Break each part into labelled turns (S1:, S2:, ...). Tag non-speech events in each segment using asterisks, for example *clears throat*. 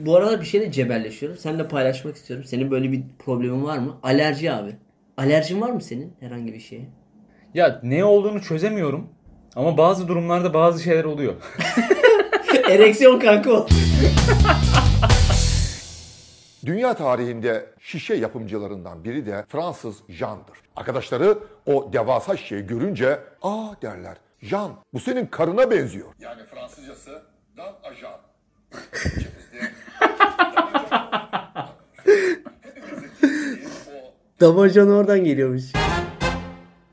S1: Bu aralar bir şeyle cebelleşiyorum. Seninle paylaşmak istiyorum. Senin böyle bir problemin var mı? Alerji abi. Alerjin var mı senin herhangi bir şeye? *laughs*
S2: Ya ne olduğunu çözemiyorum. Ama bazı durumlarda bazı şeyler oluyor.
S1: Ereksiyon kanka o.
S3: Dünya tarihinde şişe yapımcılarından biri de Fransız Jean'dır. Arkadaşları o devasa şişeyi görünce aa derler. Jean bu senin karına benziyor. Yani Fransızcası dan a Jean. İçimizde
S4: Damacan oradan geliyormuş.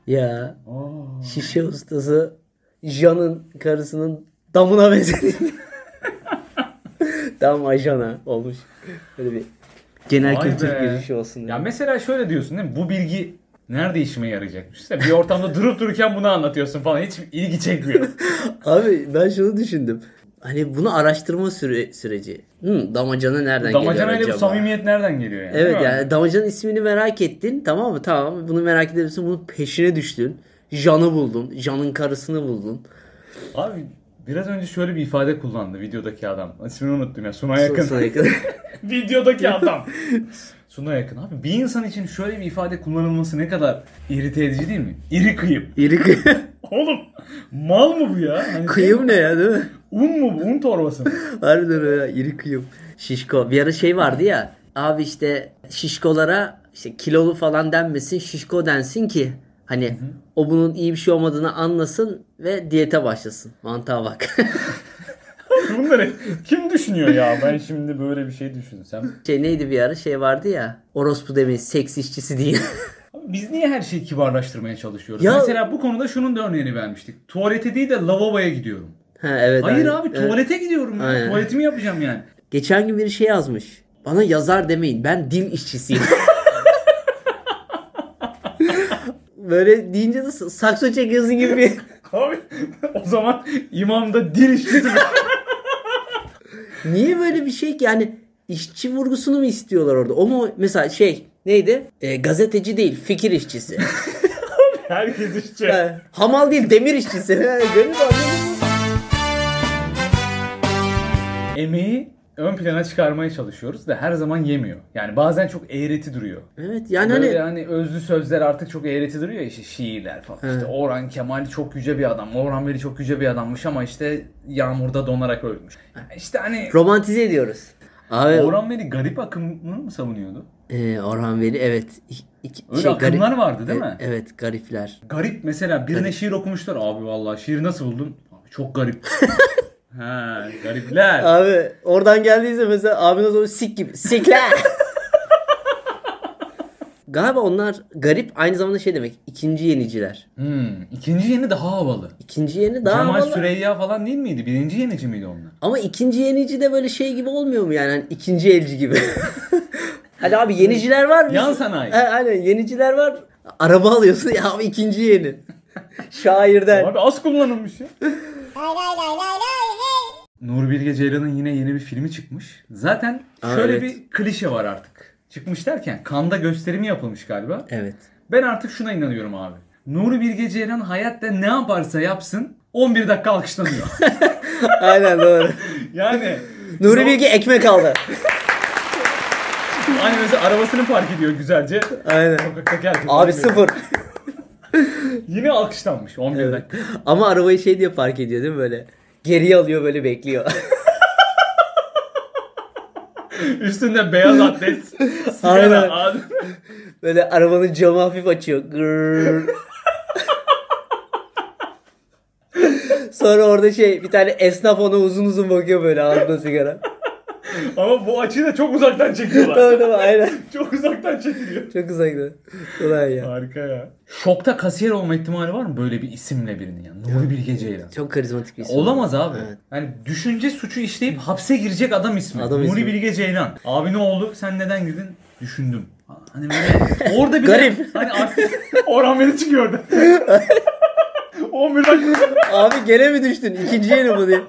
S4: Ya. Şişe ustası Jan'ın karısının damına *laughs* benzedi. Tam ajana olmuş. Böyle bir genel
S2: Vay
S4: kültür
S2: be.
S4: girişi olsun.
S2: *laughs* Ya mesela şöyle diyorsun değil mi? Bu bilgi nerede işime yarayacakmış? İşte bir ortamda durup dururken bunu anlatıyorsun falan. Hiç
S4: *laughs*
S2: ilgi çekmiyor.
S4: Abi ben şunu düşündüm. Hani bunu araştırma süre, süreci. Hı, damacana nereden geliyor
S2: Damacanayla bu
S4: acaba?
S2: samimiyet nereden geliyor yani?
S4: Evet
S2: Değil mi?
S4: yani damacanın ismini merak ettin tamam mı? Tamam bunu merak edebilirsin. Bunun peşine düştün. Jan'ı buldun. Jan'ın karısını buldun.
S2: Abi biraz önce şöyle bir ifade kullandı videodaki adam. İsmini unuttum ya. Sunay
S4: Yakın.
S2: Yakın.
S4: Sana yakın.
S2: *laughs*
S4: *laughs*
S2: videodaki adam. Sunay Yakın. Abi bir insan için şöyle bir ifade kullanılması ne kadar irite edici değil mi? İri kıyım.
S4: İri kı- *laughs*
S2: Oğlum mal mı bu ya? Hani
S4: kıyım ne ya değil mi?
S2: Un mu bu? Un torbası mı?
S4: Harbiden öyle iri kıyım. Şişko. Bir ara şey vardı ya. Abi işte şişkolara işte kilolu falan denmesin şişko densin ki hani o bunun iyi bir şey olmadığını anlasın ve diyete başlasın. Mantığa bak. *laughs*
S2: Bunları kim düşünüyor ya? Ben şimdi böyle bir şey düşünsem.
S4: şey neydi bir ara şey vardı ya. Orospu demeyin seks işçisi değil. *laughs*
S2: Abi Biz niye her şeyi kibarlaştırmaya çalışıyoruz?
S4: Ya-
S2: Mesela bu konuda şunun da örneğini vermiştik. Tuvalete değil de lavaboya gidiyorum.
S4: ha, evet,
S2: Hayır
S4: aynen.
S2: abi
S4: Evet.
S2: tuvalete gidiyorum ya.
S4: Aynen.
S2: Tuvaletimi yapacağım yani.
S4: Geçen gün biri şey yazmış. Bana yazar demeyin. Ben dil
S2: *laughs*
S4: işçisiyim. Böyle deyince de sakso çekiyorsun gibi bir...
S2: *laughs* Abi o zaman imam da dil işçisi.
S4: Niye böyle bir şey ki? Yani işçi vurgusunu mu istiyorlar orada? O mu mesela şey neydi? E, gazeteci değil fikir
S2: *laughs*
S4: işçisi.
S2: *laughs* Herkes işçi.
S4: Ha, Hamal değil demir
S2: *laughs*
S4: işçisi. Ha, Gönül anladın mı?
S2: Emeği ön plana çıkarmaya çalışıyoruz da her zaman yemiyor. Yani bazen çok eğreti duruyor.
S4: Evet yani
S2: Böyle
S4: hani
S2: hani özlü sözler artık çok eğreti duruyor ya işte şiirler falan. İşte Orhan Kemal çok yüce bir adam. Orhan Veli çok yüce bir adammış ama işte yağmurda donarak ölmüş. İşte hani
S4: romantize ediyoruz. Abi
S2: Orhan Veli garip akımını mı savunuyordu?
S4: e, Orhan Veli evet. İ- iki-
S2: Öyle
S4: şey,
S2: akımlar
S4: garip-
S2: vardı değil mi?
S4: E, Evet garipler.
S2: Garip mesela birine şiir okumuşlar. Abi vallahi şiiri nasıl buldun? Abi
S4: *laughs*
S2: çok garip. ha, garipler.
S4: Abi oradan geldiyse mesela abin o zaman sik gibi. Sikler. Galiba onlar garip aynı zamanda şey demek. ikinci yeniciler.
S2: Hmm, ikinci yeni daha havalı.
S4: İkinci yeni daha
S2: Cemal
S4: havalı.
S2: Süreyya falan değil miydi? Birinci yenici miydi onlar?
S4: Ama ikinci yenici de böyle şey gibi olmuyor mu yani? Hani ikinci elci
S2: *laughs*
S4: gibi. Hadi abi yeniciler var mı?
S2: Yan sanayi.
S4: Ha, aynen yeniciler var. Araba alıyorsun ya abi ikinci yeni. Şairden.
S2: Abi az kullanılmış ya. Nur Bilge Ceylan'ın yine yeni bir filmi çıkmış. Zaten
S4: Aa,
S2: şöyle
S4: evet.
S2: bir klişe var artık. Çıkmış derken Kanda gösterimi yapılmış galiba.
S4: Evet.
S2: Ben artık şuna inanıyorum abi. Nuri Bilge Ceylan hayatta ne yaparsa yapsın 11 dakika alkışlanıyor. *laughs*
S4: Aynen doğru.
S2: yani
S4: Nuri Bilge ekmek aldı.
S2: aynı mesela arabasını park ediyor güzelce.
S4: Aynen.
S2: Sokaktaki herkes
S4: Abi
S2: görüyor.
S4: sıfır.
S2: Yine alkışlanmış 11 dakika. *laughs*
S4: Ama arabayı şey diye park ediyor değil mi böyle? Geriye alıyor böyle bekliyor. *laughs*
S2: Üstünde beyaz atlet.
S4: *laughs* Aynen.
S2: sigara, ağzı-
S4: Böyle arabanın camı hafif açıyor. Gırrrr. *laughs* Sonra orada şey bir tane esnaf ona uzun uzun bakıyor böyle ağzında sigara.
S2: Ama bu açıyı da çok uzaktan
S4: Tabii
S2: çekiyorlar.
S4: tabii aynen.
S2: çok uzaktan çekiliyor.
S4: Çok uzakta. Ulan ya.
S2: Harika ya. Şokta kasiyer olma ihtimali var mı böyle bir isimle birinin ya? Nuri Bilge Ceylan.
S4: Çok karizmatik bir isim.
S2: Olamaz abi.
S4: Evet.
S2: Yani düşünce suçu işleyip hapse girecek adam ismi.
S4: Adam
S2: Nuri
S4: ismi.
S2: Bilge Ceylan. Abi ne oldu? Sen neden girdin? Düşündüm. Hani böyle orada bir
S4: Garip.
S2: Hani artık *laughs* Orhan Veli
S4: *laughs*
S2: çıkıyor orada. 11 dakika.
S4: Abi gene mi düştün? İkinci yeni bu diye.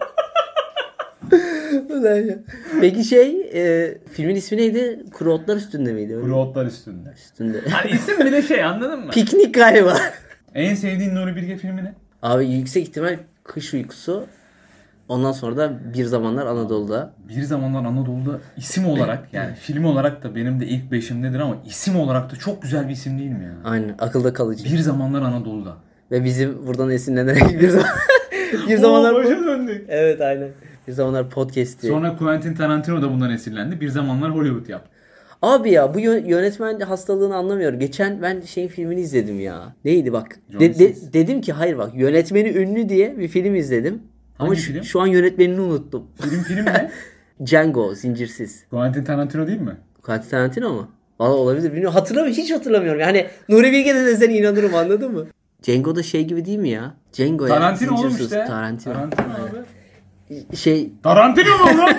S4: Ulan ya. Peki şey e, filmin ismi neydi? Kuru otlar üstünde miydi? Öyle-
S2: Robotlar üstünde.
S4: Üstünde. *laughs*
S2: Hani isim bile şey anladın mı?
S4: Piknik galiba.
S2: En sevdiğin Nuri Bilge filmi ne?
S4: Abi yüksek ihtimal kış uykusu. Ondan sonra da bir zamanlar Anadolu'da.
S2: Bir zamanlar Anadolu'da isim olarak
S4: *laughs*
S2: yani film olarak da benim de ilk beşimdedir ama isim olarak da çok güzel bir isim değil mi ya?
S4: Aynen akılda kalıcı.
S2: Bir zamanlar Anadolu'da.
S4: Ve bizim buradan esinlenerek *laughs* bir zaman bir zamanlar
S2: döndük.
S4: Evet aynen. Bir zamanlar podcast'i.
S2: Sonra Quentin Tarantino da bundan esinlendi. Bir zamanlar Hollywood yaptı.
S4: Abi ya bu yö- yönetmen hastalığını anlamıyorum. Geçen ben şeyin filmini izledim ya. Neydi bak.
S2: John
S4: De- de-
S2: Sis.
S4: dedim ki hayır bak yönetmeni ünlü diye bir film izledim. Ama
S2: Hangi
S4: şu,
S2: film?
S4: şu an yönetmenini unuttum.
S2: Film
S4: *laughs*
S2: film ne?
S4: Django zincirsiz.
S2: Quentin Tarantino değil mi?
S4: Quentin Tarantino mu? Valla olabilir bilmiyorum. Hatırlamıyorum. Hiç hatırlamıyorum. Yani Nuri Bilge de desen inanırım anladın mı? Django da şey gibi değil mi ya? Django ya,
S2: Tarantino oğlum
S4: zincirsiz.
S2: işte.
S4: Tarantino.
S2: abi.
S4: Şey
S2: Tarantino mu oğlum?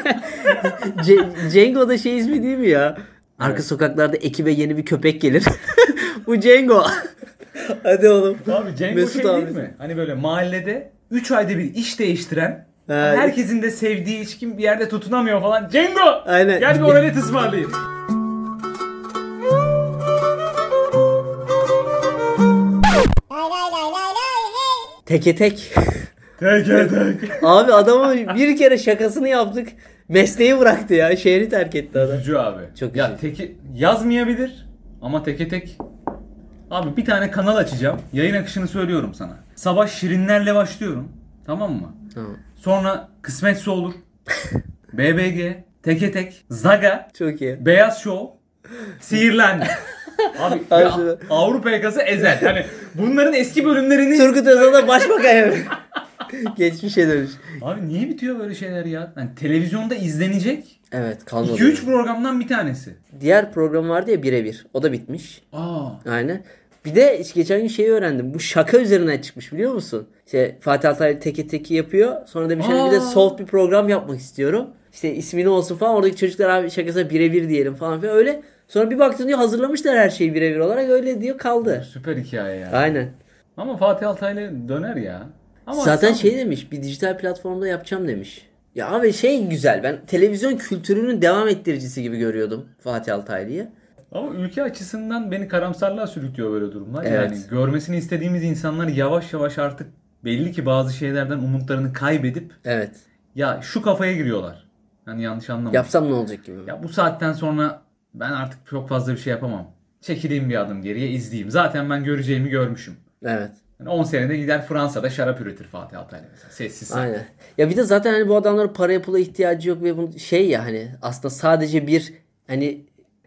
S4: C- Django da şey ismi değil mi ya? Arka sokaklarda ekibe yeni bir köpek gelir. *laughs* bu Django. *laughs* Hadi oğlum.
S2: *laughs* Abi Django
S4: Mesut
S2: şey
S4: abi.
S2: değil mi? Hani böyle mahallede 3 ayda bir iş değiştiren
S4: Ha.
S2: herkesin de sevdiği hiç kim bir yerde tutunamıyor falan. Django!
S4: Aynen.
S2: Gel bir oralet ısmarlayayım.
S4: Teke tek.
S2: Tek tek.
S4: Abi adamın bir kere şakasını yaptık. Mesleği bıraktı ya. Şehri terk etti adam.
S2: Üzücü abi.
S4: Çok
S2: ya
S4: üzücü.
S2: teki yazmayabilir ama teke tek. Abi bir tane kanal açacağım. Yayın akışını söylüyorum sana. Sabah şirinlerle başlıyorum. Tamam mı?
S4: Tamam.
S2: Sonra
S4: *laughs*
S2: kısmetse olur. BBG, teke tek, Zaga,
S4: Çok iyi.
S2: Beyaz Show, Sihirlendi. Abi ve
S4: Abi.
S2: Avrupa yakası ezel. Hani bunların eski bölümlerini...
S4: Turgut Özal da başbakan evet. *laughs* Geçmişe dönüş.
S2: Abi niye bitiyor böyle şeyler ya? Hani televizyonda izlenecek
S4: Evet kalmadı.
S2: 2-3 programdan bir tanesi.
S4: Diğer program vardı ya birebir. O da bitmiş.
S2: Aa.
S4: Aynen. Bir de işte geçen gün şeyi öğrendim. Bu şaka üzerine çıkmış biliyor musun? İşte Fatih Altaylı teki teki yapıyor. Sonra demiş hani bir de
S2: Aa.
S4: soft bir program yapmak istiyorum. İşte ismini olsun falan. Oradaki çocuklar abi şakasına birebir diyelim falan filan öyle. Sonra bir baktın diyor hazırlamışlar her şeyi birebir olarak öyle diyor kaldı.
S2: Süper hikaye ya.
S4: Aynen.
S2: Ama Fatih Altaylı döner ya. Ama
S4: Zaten
S2: sen-
S4: şey demiş bir dijital platformda yapacağım demiş. Ya abi şey güzel ben televizyon kültürünün devam ettiricisi gibi görüyordum Fatih Altaylı'yı.
S2: Ama ülke açısından beni karamsarlığa sürüklüyor böyle durumlar.
S4: Evet.
S2: Yani görmesini istediğimiz insanlar yavaş yavaş artık belli ki bazı şeylerden umutlarını kaybedip
S4: Evet.
S2: ya şu kafaya giriyorlar. Yani yanlış anlamayın.
S4: Yapsam ne olacak gibi.
S2: Ya bu saatten sonra ben artık çok fazla bir şey yapamam. Çekileyim bir adım geriye izleyeyim. Zaten ben göreceğimi görmüşüm.
S4: Evet.
S2: Yani 10 senede gider Fransa'da şarap üretir Fatih Altaylı mesela. Sessiz. sakin.
S4: Aynen. Ya bir de zaten hani bu adamların paraya pula ihtiyacı yok ve bu şey ya hani aslında sadece bir hani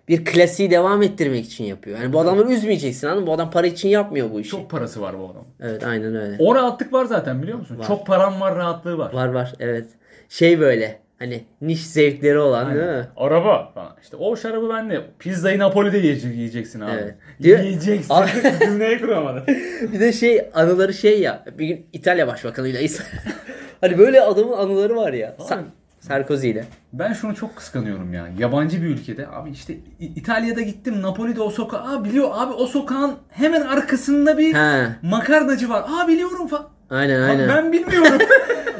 S4: bir klasiği devam ettirmek için yapıyor. Yani bu adamları üzmeyeceksin anladın mı? Bu adam para için yapmıyor bu işi.
S2: Çok parası var bu adamın.
S4: Evet aynen öyle.
S2: O rahatlık var zaten biliyor musun? Çok param var rahatlığı var.
S4: Var var evet. Şey böyle hani niş zevkleri olan değil mi?
S2: Araba falan. İşte o şarabı ben de pizzayı Napoli'de yiyecek, yiyeceksin abi.
S4: Evet. Diyor- *laughs*
S2: Yiyeceksin.
S4: Abi-
S2: Cümleyi kuramadım.
S4: Bir de şey anıları şey ya. Bir gün İtalya Başbakanı'yla *laughs* hani böyle adamın anıları var ya. Sa-
S2: Abi.
S4: Sarkozy ile.
S2: Ben şunu çok kıskanıyorum ya. Yabancı bir ülkede abi işte İ- İtalya'da gittim Napoli'de o sokağa. Aa biliyor abi o sokağın hemen arkasında bir
S4: Ha,
S2: makarnacı var. Aa biliyorum falan.
S4: aynen aynen.
S2: Ben bilmiyorum.
S4: *laughs*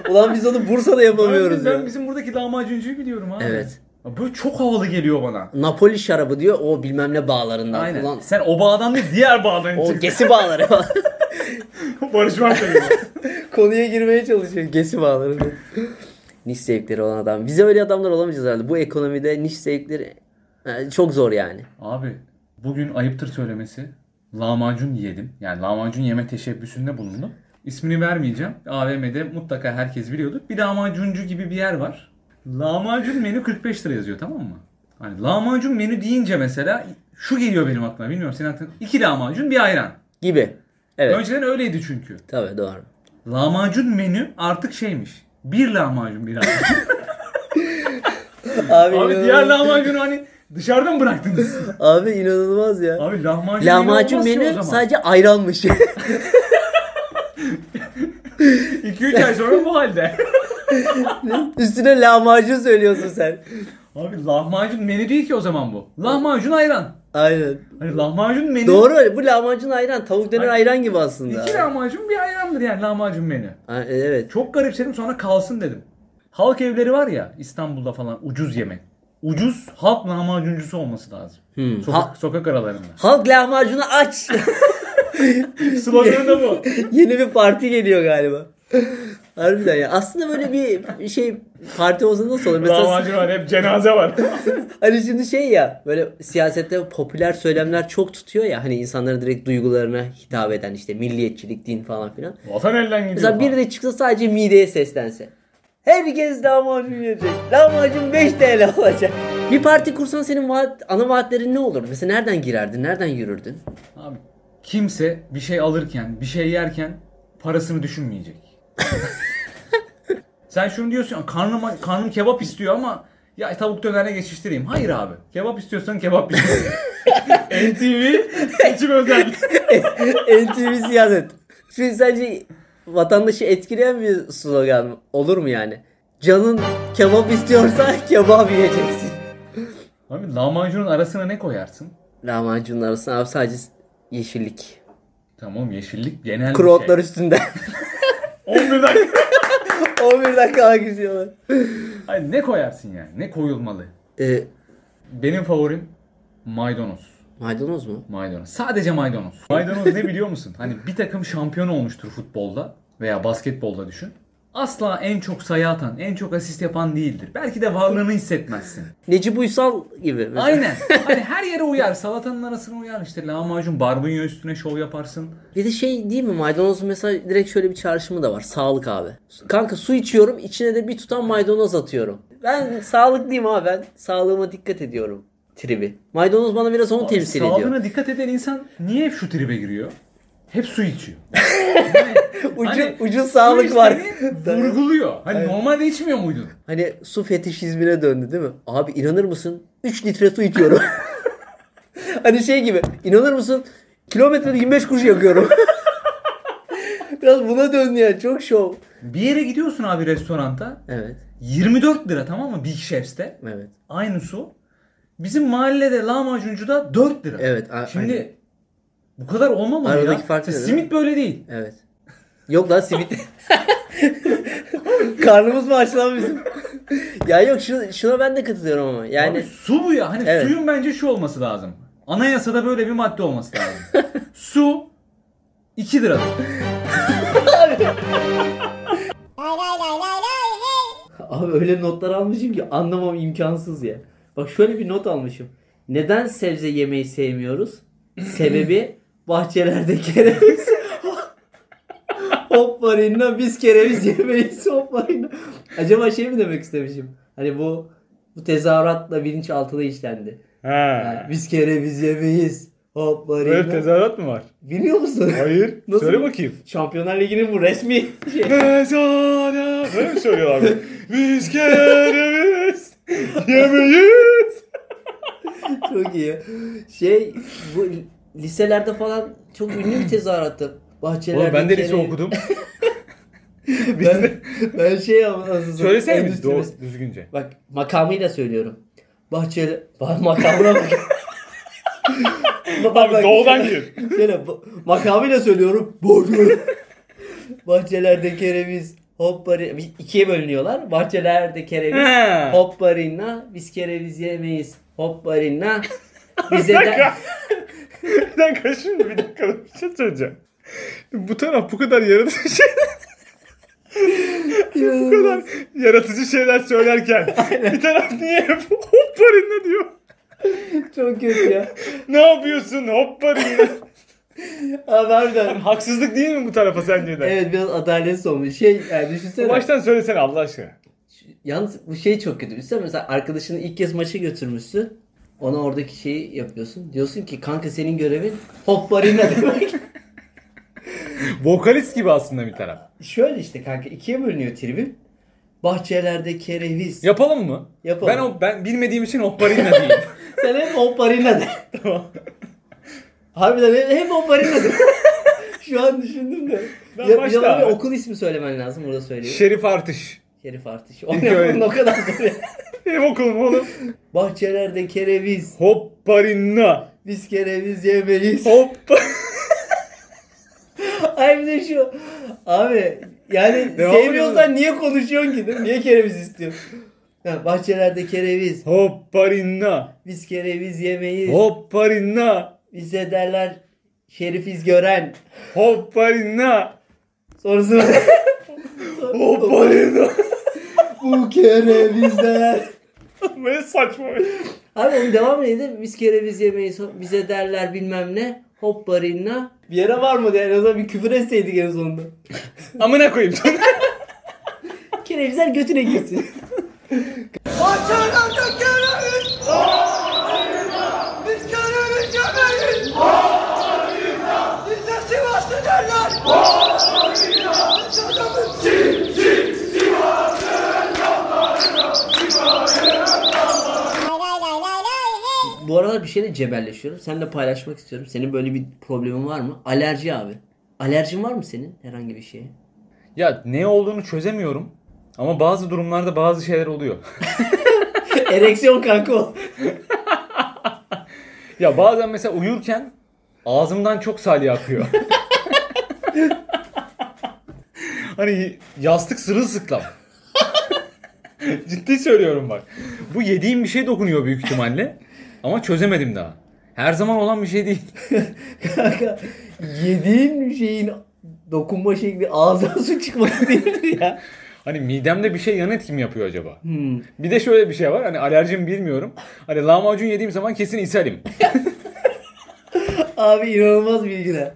S4: Ulan biz onu Bursa'da yapamıyoruz.
S2: *laughs* ben,
S4: ya.
S2: ben bizim buradaki lahmacuncuyu biliyorum abi.
S4: Evet.
S2: Böyle çok havalı geliyor bana.
S4: Napoli şarabı diyor. O bilmem ne bağlarından. *laughs*
S2: Aynen.
S4: Ulan
S2: Sen o bağdan değil diğer bağdan
S4: O *laughs*
S2: çık.
S4: gesi bağları.
S2: Barış Manço'yu.
S4: Konuya girmeye çalışıyor. Gesi bağları. niş zevkleri olan adam. Bize öyle adamlar olamayacağız herhalde. Bu ekonomide niş zevkleri e, çok zor yani.
S2: Abi bugün ayıptır söylemesi lahmacun yedim. Yani lahmacun yeme teşebbüsünde bulundum. İsmini vermeyeceğim. AVM'de mutlaka herkes biliyordur. Bir lahmacuncu gibi bir yer var. Lahmacun menü 45 lira yazıyor tamam mı? Hani lahmacun menü deyince mesela şu geliyor benim aklıma bilmiyorum senin aklına. İki lahmacun bir ayran.
S4: Gibi. Evet.
S2: Önceden öyleydi çünkü.
S4: Tabii doğru.
S2: Lahmacun menü artık şeymiş. Bir lahmacun bir ayran.
S4: *laughs* Abi,
S2: Abi diğer
S4: inanılmaz,
S2: lahmacunu hani dışarıdan mı bıraktınız?
S4: abi inanılmaz ya.
S2: Abi lahmacun,
S4: Lahmacun
S2: menü olmaz ki o
S4: menü
S2: zaman.
S4: sadece ayranmış. *laughs*
S2: 2-3 ay sonra bu halde.
S4: Üstüne lahmacun söylüyorsun sen.
S2: Abi lahmacun menü değil ki o zaman bu. Lahmacun ayran.
S4: Aynen.
S2: Hani lahmacun menü.
S4: Doğru öyle. Bu lahmacun ayran. Tavuk döner
S2: Ay-
S4: ayran gibi aslında.
S2: İki lahmacun bir ayrandır yani lahmacun menü.
S4: Ay- Evet.
S2: Çok garipsedim sonra kalsın dedim. Halk evleri var ya İstanbul'da falan ucuz yemek. Ucuz halk lahmacuncusu olması lazım.
S4: Hmm.
S2: Sokak,
S4: Ha-
S2: sokak aralarında.
S4: Halk lahmacunu aç.
S2: Sloganı da bu.
S4: Yeni bir parti geliyor galiba.
S5: Harbiden ya. Aslında böyle bir şey parti olsa nasıl olur? Mesela
S2: Lahmacun var hep cenaze var.
S5: hani şimdi şey ya böyle siyasette popüler söylemler çok tutuyor ya hani insanların direkt duygularına hitap eden işte milliyetçilik, din falan filan.
S2: Vatan elden gidiyor.
S5: Mesela biri de çıksa sadece mideye seslense. Herkes lahmacun yiyecek. Lahmacun 5 TL *laughs* olacak. Bir parti kursan senin vaat, ana vaatlerin ne olur? Mesela nereden girerdin? Nereden yürürdün?
S2: Abi kimse bir şey alırken, bir şey yerken parasını düşünmeyecek. Sen şunu diyorsun, karnım, karnım kebap istiyor ama ya tavuk dönerine geçiştireyim. Hayır abi. Kebap istiyorsan kebap pişir. NTV seçim özel.
S5: *laughs* NTV siyaset. Şimdi sence vatandaşı etkileyen bir slogan mı? olur mu yani? Canın kebap istiyorsa *laughs* kebap yiyeceksin.
S2: Abi lahmacunun arasına ne koyarsın?
S5: Lahmacunun arasına abi sadece yeşillik.
S2: Tamam oğlum, yeşillik genel
S5: Kruotlar
S2: bir
S5: üstünde. *laughs*
S2: şey. 11 dakika.
S5: 11 dakikalık izliyorlar.
S2: Hayır, ne koyarsın yani? Ne koyulmalı?
S5: Ee,
S2: Benim favorim maydanoz.
S5: maydanoz mu?
S2: Maydanoz. Sadece maydanoz. Maydanoz ne biliyor musun? Hani bir takım şampiyon olmuştur futbolda veya basketbolda düşün. Asla en çok sayı atan, en çok asist yapan değildir. Belki de varlığını hissetmezsin.
S5: Necip Uysal gibi. mesela.
S2: Aynen. Hani her yere uyar. Salatanın arasına uyar. İşte lahmacun, barbunya üstüne şov yaparsın.
S5: Bir de şey değil mi maydanoz mesela direkt şöyle bir çağrışımı da var. Sağlık abi. Kanka su içiyorum içine de bir tutam maydanoz atıyorum. Ben sağlıklıyım abi ben sağlığıma dikkat ediyorum tribi. Maydanoz bana biraz onu temsil
S2: Sağlığına
S5: ediyor.
S2: dikkat eden insan niye hep şu tribe giriyor? Hep su içiyor.
S5: *laughs* Ucu,
S2: Hani
S5: ucu
S2: su
S5: sağlık var.
S2: içtiğini Vurguluyor. Hani normalde içmiyor muydun?
S5: Hani su fetişizmine döndü değil mi? Abi inanır mısın 3 litre su içiyorum. *laughs* hani şey gibi inanır mısın kilometrede 25 kuruş yakıyorum. *laughs* biraz buna döndü ya çok şov.
S2: Bir yere gidiyorsun abi restoranta.
S5: Evet
S2: 24 lira tamam mı Big Chef's'te?
S5: evet.
S2: Aynı su. Bizim mahallede lahmacuncuda 4 lira.
S5: Evet, a-
S2: Şimdi
S5: aynen.
S2: bu kadar olmamalı
S5: Aradaki
S2: ya.
S5: fark
S2: Mesela
S5: ne, değil
S2: simit böyle değil.
S5: Evet. Yok lan simit. *laughs* Karnımız mı aç lan bizim? ya yok şuna, şuna ben de katılıyorum ama. Yani
S2: Abi su bu ya. Hani
S5: Evet.
S2: suyun bence şu olması lazım. Anayasada böyle bir madde olması
S5: *laughs*
S2: lazım. su 2 lira.
S4: Abi öyle notlar almışım ki anlamam imkansız ya. Bak şöyle bir not almışım. Neden sebze yemeyi sevmiyoruz?
S5: *laughs*
S4: Sebebi bahçelerde kereviz. *laughs* hop marina biz kereviz yemeyiz hop marina. Acaba şey mi demek istemişim? Hani bu bu tezahüratla bilinçaltına işlendi. Ha, biz kereviz yemeyiz. Hop marina.
S2: tezahürat mı var?
S4: Biliyor musun?
S2: Hayır.
S4: Nasıl? Söyle
S2: bakayım.
S4: Şampiyonlar Ligi'nin bu resmi *laughs* şey.
S2: Mezana. Böyle mi söylüyorlar?
S5: *laughs*
S2: Biz kereviz yemeyiz.
S4: Çok iyi. Şey bu liselerde falan çok ünlü bir tezahürattı. Bahçelerde
S2: Oğlum ben de lise
S5: *laughs*
S4: kereviz-
S2: okudum.
S4: Ben, ben şey
S2: *laughs*
S4: ama nasıl
S2: Söylesene biz
S4: endüstri mes-
S2: doğru- düzgünce.
S4: Bak makamıyla söylüyorum. Bahçeli bak makamına bak. bak, bak, bak,
S2: gir.
S4: Şöyle ba- makamıyla söylüyorum. Bahçe- Bahçelerde kereviz hop barina. ikiye bölünüyorlar. Bahçelerde kereviz
S2: He.
S4: hop barina. Biz kereviz yemeyiz. Hop barina. Bize *laughs* de...
S6: Bir dakika şimdi bir dakika bir şey söyleyeceğim. Bu taraf bu kadar yaratıcı şey, bu kadar yaratıcı şeyler söylerken bir taraf niye hep hopparınla diyor.
S4: Çok kötü ya.
S6: Ne yapıyorsun hopparınla?
S4: Abi harbiden.
S6: Haksızlık değil mi bu tarafa sence de?
S4: Evet biraz adaletsiz olmuş. Şey yani düşünsene.
S6: Baştan söylesene Allah aşkına.
S4: Yalnız bu şey çok kötü. Düşünsene mesela arkadaşını ilk kez maça götürmüşsün. Ona oradaki şeyi yapıyorsun. Diyorsun ki kanka senin görevin hop barina *laughs* demek.
S6: Vokalist gibi aslında bir taraf.
S4: Şöyle işte kanka ikiye bölünüyor tribün. Bahçelerde kereviz.
S6: Yapalım mı?
S4: Yapalım.
S6: Ben o ben bilmediğim için hopparınla
S4: *laughs*
S6: diyeyim.
S4: Sen hep hop
S6: *laughs*
S4: barina de. Harbiden hep, hep hop barina de. *laughs* Şu an düşündüm de.
S6: Ben
S4: Ya,
S6: başla
S4: ya
S6: abi.
S4: okul ismi söylemen lazım burada söyleyeyim.
S6: Şerif Artış.
S4: Şerif Artış. *laughs* O
S6: İlk öyle.
S4: ne o kadar zor ya.
S6: Benim okulum oğlum.
S4: Bahçelerde kereviz.
S6: Hopparınla.
S4: Biz kereviz yemeyiz.
S6: Hop.
S4: Ay bir de şu. Abi yani
S6: Devam
S4: sevmiyorsan niye konuşuyorsun ki? değil mi? Niye kereviz istiyorsun? Ha, bahçelerde kereviz.
S6: Hopparınla.
S4: Biz kereviz yemeyiz.
S6: Hopparınla.
S4: Bize derler şerifiz gören.
S6: Hopparina.
S4: *laughs* Sonrasında
S6: Hopparino.
S4: Bu kere bizler.
S6: Böyle saçma.
S4: Abi onun devamı neydi? Biz kere biz yemeyiz. Bize derler bilmem ne. Hop barina. Bir yere var mı? En azından bir küfür etseydik en sonunda.
S6: Amına koyayım.
S4: Kerevizler götüne girsin. Bu aralar bir şeyle cebelleşiyorum. Seninle paylaşmak istiyorum. Senin böyle bir problemin var mı? Alerji abi. Alerjin var mı senin herhangi bir şeye?
S2: *laughs* Ya ne olduğunu çözemiyorum. Ama bazı durumlarda bazı şeyler oluyor. *laughs*
S4: Ereksiyon kanka o.
S2: ya bazen mesela uyurken ağzımdan çok salya akıyor. *laughs* hani yastık sırılsıklam. *laughs* Ciddi söylüyorum bak. Bu yediğim bir şey dokunuyor büyük ihtimalle. Ama çözemedim daha. Her zaman olan bir şey değil.
S4: Kanka yediğin şeyin dokunma şekli ağzına su çıkması değildir ya.
S2: Hani midemde bir şey yan etki mi yapıyor acaba?
S4: Hmm.
S2: Bir de şöyle bir şey var. Hani alerjim bilmiyorum. Hani lahmacun yediğim zaman kesin ishalim.
S4: Abi inanılmaz bilgiler.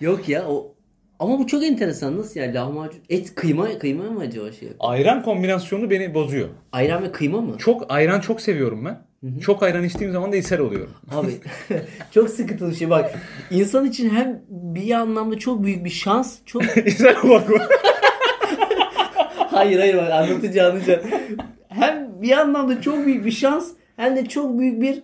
S4: Yok ya o ama bu çok enteresan. Nasıl yani lahmacun? Et kıyma kıyma mı acaba şey?
S2: Ayran kombinasyonu beni bozuyor.
S4: Ayran ve kıyma mı?
S2: Çok ayran çok seviyorum ben. Çok ayran içtiğim zaman da ishal oluyorum. *laughs*
S4: Abi çok sıkıntılı şey bak. insan için hem bir anlamda çok büyük bir şans. Çok *laughs*
S2: ishal bak
S4: hayır hayır bak anlatınca anlayacaksın. Hem bir anlamda çok büyük bir şans hem de çok büyük bir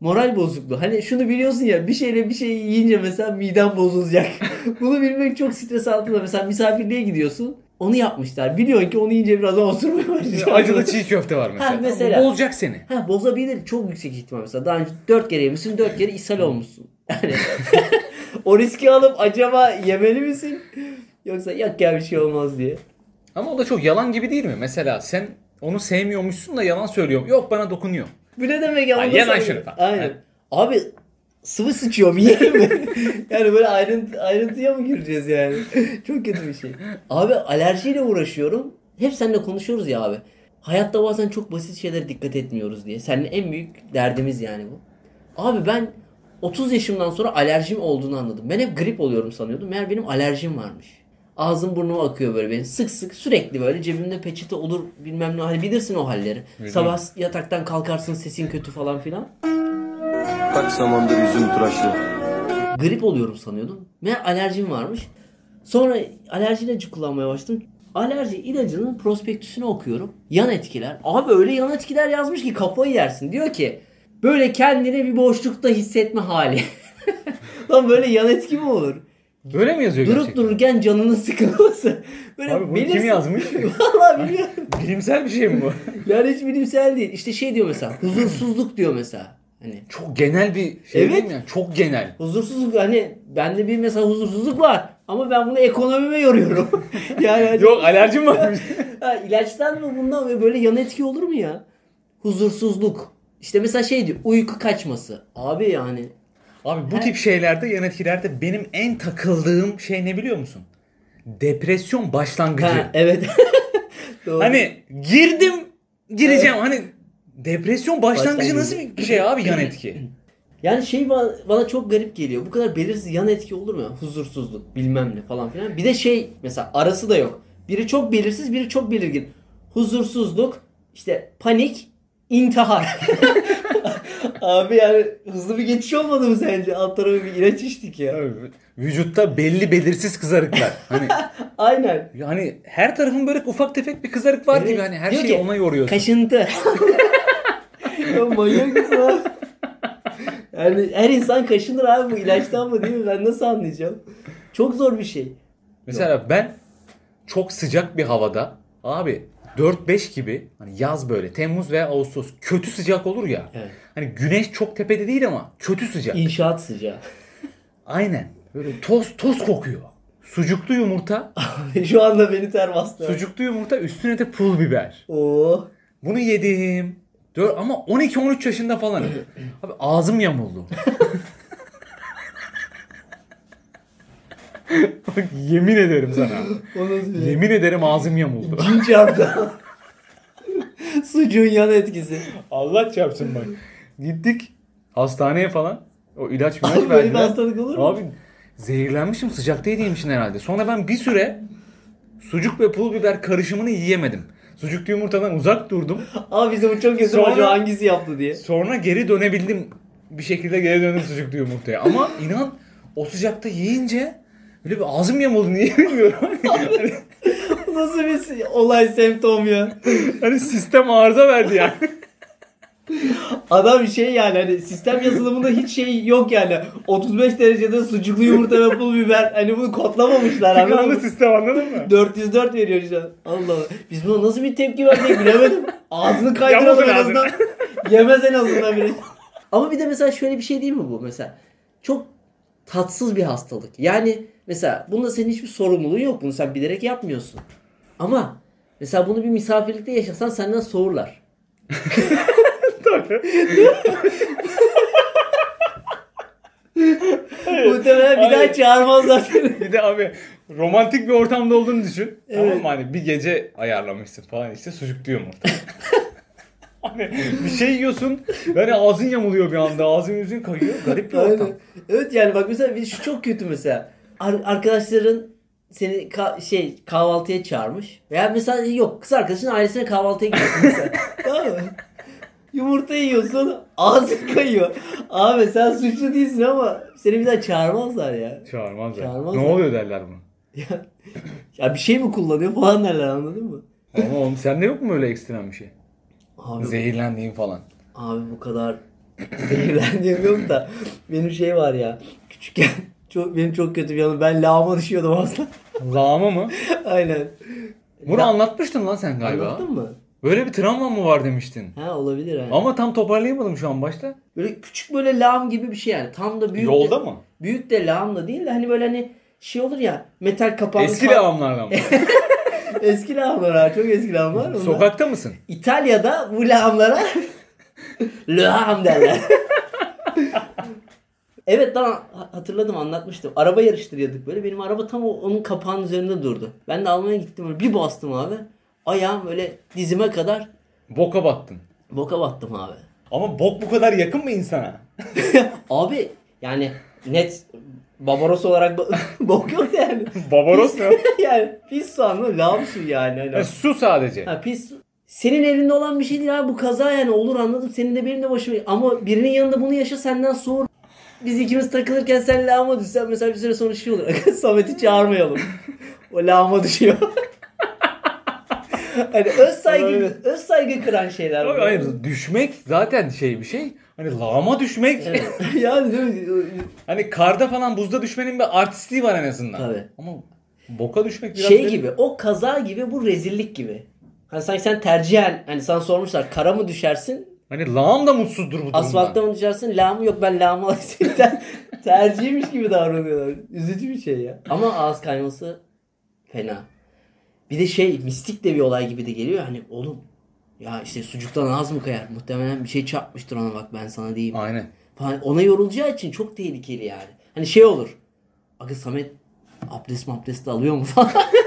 S4: moral bozukluğu. Hani şunu biliyorsun ya bir şeyle bir şey yiyince mesela miden bozulacak. *laughs* Bunu bilmek çok stres altında. Mesela misafirliğe gidiyorsun. Onu yapmışlar. Biliyorsun ki onu yiyince birazdan osurmaya başlayacak.
S2: Acılı çiğ köfte var mesela.
S4: Ha, mesela.
S2: Bu bozacak seni.
S4: Ha bozabilir. Çok yüksek ihtimal mesela. Daha önce 4 kere yemişsin 4 kere ishal olmuşsun. Yani *laughs* o riski alıp acaba yemeli misin? Yoksa yok ya bir şey olmaz diye.
S2: Ama o da çok yalan gibi değil mi? Mesela sen onu sevmiyormuşsun da yalan söylüyorum. Yok bana dokunuyor.
S4: Bu ne demek ya?
S2: Ha,
S4: Onu da
S2: ye lan
S4: söyle.
S2: şunu falan.
S4: Aynen.
S2: Ha.
S4: Abi sıvı sıçıyorum yiyelim mi? *laughs* yani böyle ayrıntı, ayrıntıya mı gireceğiz yani? *laughs* Çok kötü bir şey. Abi alerjiyle uğraşıyorum. Hep seninle konuşuyoruz ya abi. Hayatta bazen çok basit şeylere dikkat etmiyoruz diye. Senin en büyük derdimiz yani bu. Abi ben 30 yaşımdan sonra alerjim olduğunu anladım. Ben hep grip oluyorum sanıyordum. Meğer benim alerjim varmış. Ağzım burnuma akıyor böyle benim. Sık sık sürekli böyle cebimde peçete olur bilmem ne. Hani bilirsin o halleri. Sabah yataktan kalkarsın sesin kötü falan filan.
S7: Kaç zamandır yüzüm tıraşlı.
S4: Grip oluyorum sanıyordum. Meğer alerjim varmış. Sonra alerji ilacı kullanmaya başladım. Alerji ilacının prospektüsünü okuyorum. Yan etkiler. Abi öyle yan etkiler yazmış ki kafayı yersin. Diyor ki böyle kendini bir boşlukta hissetme hali. *laughs* Lan böyle yan etki mi olur?
S2: Böyle mi yazıyor
S4: Durup
S2: gerçekten?
S4: dururken canının sıkılması. Böyle
S2: Abi bunu kim
S4: belirsiz-
S2: yazmış?
S4: *laughs* Vallahi bilmiyorum.
S2: Bilimsel bir şey
S4: *laughs*
S2: mi bu?
S4: Yani hiç bilimsel değil. İşte şey diyor mesela. Huzursuzluk diyor mesela. Hani
S2: çok genel bir şey
S4: Evet.
S2: değil mi? ya? Çok genel.
S4: Huzursuzluk hani bende bir mesela huzursuzluk var ama ben bunu ekonomime yoruyorum. *laughs* yani hani-
S2: Yok
S4: *laughs*
S2: alerjim varmış.
S4: ha, ilaçtan mı bundan mı böyle yan etki olur mu ya? Huzursuzluk. İşte mesela şey diyor uyku kaçması. Abi yani
S2: Abi bu tip şeylerde yan etkilerde benim en takıldığım şey ne biliyor musun? Depresyon başlangıcı.
S4: ha, evet. *laughs* Doğru.
S2: Hani girdim gireceğim hani depresyon başlangıcı
S4: Başlangıcı.
S2: nasıl bir şey abi yan etki?
S4: yani şey bana, bana çok garip geliyor. Bu kadar belirsiz yan etki olur mu? ya? Huzursuzluk bilmem ne falan filan. Bir de şey mesela arası da yok. Biri çok belirsiz biri çok belirgin. Huzursuzluk işte panik intihar. *laughs* Abi yani hızlı bir geçiş olmadı mı sence? Alt tarafı bir ilaç içtik ya.
S2: Abi, *clears throat* Vücutta belli belirsiz kızarıklar. *laughs* Hani
S4: Aynen.
S2: yani her tarafın böyle ufak tefek bir kızarık var gibi hani her
S4: Diyor
S2: şeyi
S4: ki,
S2: ona yoruyorsun.
S4: Kaşıntı. *laughs* ya manyak mısın abi? Yani her insan kaşınır abi bu ilaçtan mı değil mi? Ben nasıl anlayacağım? Çok zor bir şey.
S2: Mesela ben çok sıcak bir havada abi 4-5 gibi hani yaz böyle Temmuz veya Ağustos kötü sıcak olur ya.
S4: Evet.
S2: Hani güneş çok tepede değil ama kötü sıcak.
S4: İnşaat sıcağı. *laughs*
S2: Aynen. Böyle toz toz kokuyor. Sucuklu yumurta,
S4: Şu anda beni ter bastı.
S2: sucuklu yumurta üstüne de pul biber.
S4: Oo.
S2: Bunu yedim. Dör ama 12-13 yaşında falan. Abi ağzım yamuldu. Bak yemin ederim sana.
S4: O nasıl bir şey?
S2: yemin ederim ağzım yamuldu.
S4: Cin çarptı. *laughs* Sucuğun yan etkisi.
S2: Allah çarpsın bak. Gittik hastaneye falan. O ilaç ilaç
S4: Abi
S2: verdiler.
S4: böyle bir hastalık olur mu?
S2: Abi zehirlenmişim sıcakta yediğim için herhalde. Sonra ben bir süre sucuk ve pul biber karışımını yiyemedim. Sucuklu yumurtadan uzak durdum.
S4: Abi bize bu çok kötü
S2: Sonra-
S4: acaba hangisi yaptı diye. *laughs*
S2: Sonra geri dönebildim. Bir şekilde geri döndüm sucuklu yumurtaya. Ama inan o sıcakta yiyince böyle bir ağzım yamuldu
S4: *laughs*
S2: niye bilmiyorum. hani,
S4: Nasıl bir olay semptom ya.
S2: hani sistem arıza
S4: *laughs*
S2: verdi yani.
S4: Adam şey yani hani sistem yazılımında hiç şey yok yani. 35 derecede sucuklu yumurta ve pul biber. Hani bunu kodlamamışlar anladın
S2: Tıkandı
S4: mı?
S2: sistem anladın mı?
S4: 404 veriyor şu an. Allah Allah. Biz buna nasıl bir tepki verdik bilemedim. Ağzını kaydıralım en
S2: Yamuldu ağzını.
S4: azından. Yemez en azından biri. Ama bir de mesela şöyle bir şey değil mi bu mesela? Çok tatsız bir hastalık. Yani mesela bunda senin hiçbir sorumluluğun yok. Bunu sen bilerek yapmıyorsun. Ama mesela bunu bir misafirlikte yaşasan senden soğurlar. Muhtemelen bir daha
S2: Hayır.
S4: çağırmazlar seni.
S2: Bir de abi romantik bir ortamda olduğunu düşün.
S4: Evet.
S2: Tamam mı? hani bir gece ayarlamışsın falan işte sucuklu yumurta.
S4: *laughs*
S2: hani bir şey yiyorsun yani ağzın yamuluyor bir anda ağzın yüzün kayıyor. Garip bir ortam.
S4: Aynen. Evet yani bak mesela bir- şu çok kötü mesela. Ar- arkadaşların seni ka- şey kahvaltıya çağırmış. Veya mesela yok kız arkadaşın ailesine kahvaltıya gidiyorsun mesela. tamam mı? Yumurta yiyorsun ağzın kayıyor. Abi sen suçlu değilsin ama seni bir daha çağırmazlar ya.
S2: Çağırmazlar.
S4: Çağırmazlar.
S2: Ne oluyor derler buna.
S4: Ya bir şey mi kullanıyor falan derler anladın mı?
S2: Ama oğlum sende yok mu öyle ekstrem bir şey?
S4: Abi,
S2: Zehirlendiğin falan.
S4: abi bu kadar *laughs* zehirlendiğim yok da benim şey var ya küçükken *laughs* çok, benim çok kötü bir anım. Ben lağıma düşüyordum aslında. *laughs*
S2: Lağma mı?
S4: Aynen.
S2: Bunu anlatmıştın lan sen galiba.
S4: Anlattın mı?
S2: Böyle bir travman mı var demiştin.
S4: Ha olabilir ha.
S2: Ama tam toparlayamadım şu an başta.
S4: Böyle küçük böyle lağım gibi bir şey yani. Tam da büyük
S2: E, Yolda
S4: de,
S2: mı?
S4: Büyük de lağımla değil de hani böyle hani şey olur ya metal kapaklı.
S2: Eski
S4: *laughs*
S2: lağımlardan mı?
S4: eski lağımlar ha çok eski lağımlar. Onlar-
S2: Sokakta mısın?
S4: İtalya'da bu
S2: *laughs*
S4: lağımlara lağım derler. *laughs* evet lan ha- hatırladım anlatmıştım. Araba yarıştırıyorduk böyle. Benim araba tam o- onun kapağının üzerinde durdu. Ben de almaya gittim böyle bir bastım abi. Ayağım böyle dizime kadar
S2: Boka battın.
S4: boka battım abi.
S2: Ama bok bu kadar yakın mı insana?
S4: Abi yani net Barbaros olarak ba- *laughs* bok yok da yani.
S2: Barbaros E,
S4: Pis- *laughs*
S2: *laughs*
S4: yani pis soğanlı lav su yani. Hani.
S2: su sadece.
S4: Ha, pis su- senin elinde olan bir şey değil abi bu kaza yani olur anladım. Senin de benim de başıma. Ama birinin yanında bunu yaşa senden soğur. Biz ikimiz takılırken sen lağıma düşsen mesela bir süre sonra şey olur. *laughs* Samet'i çağırmayalım. o lağıma düşüyor. *laughs* hani öz saygı,
S2: Olabilir.
S4: öz saygı kıran şeyler.
S2: Abi
S4: bunlar.
S2: hayır düşmek zaten şey bir şey. Hani lağıma düşmek.
S4: *laughs* yani değil mi?
S2: *laughs* hani karda falan buzda düşmenin bir artistliği var en azından.
S4: Tabii.
S2: Ama boka düşmek biraz
S4: şey
S2: benim-
S4: gibi o kaza gibi bu rezillik gibi. Hani sanki sen tercihen hani sana sormuşlar kara mı düşersin
S2: Hani lağım da mutsuzdur bu durumda.
S4: asfaltta mı düşersin lağım yok ben lağım alayım *laughs* Ter- tercihmiş gibi davranıyorlar. Üzücü bir şey ya. Ama ağız kayması fena. Bir de şey mistik de bir olay gibi de geliyor hani oğlum ya işte sucuktan ağız mı kayar muhtemelen bir şey çarpmıştır ona bak ben sana diyeyim.
S2: Aynen.
S4: Falan. Ona yorulacağı için çok tehlikeli yani. Hani şey olur. Aga Samet abdest mi abdest alıyor mu falan.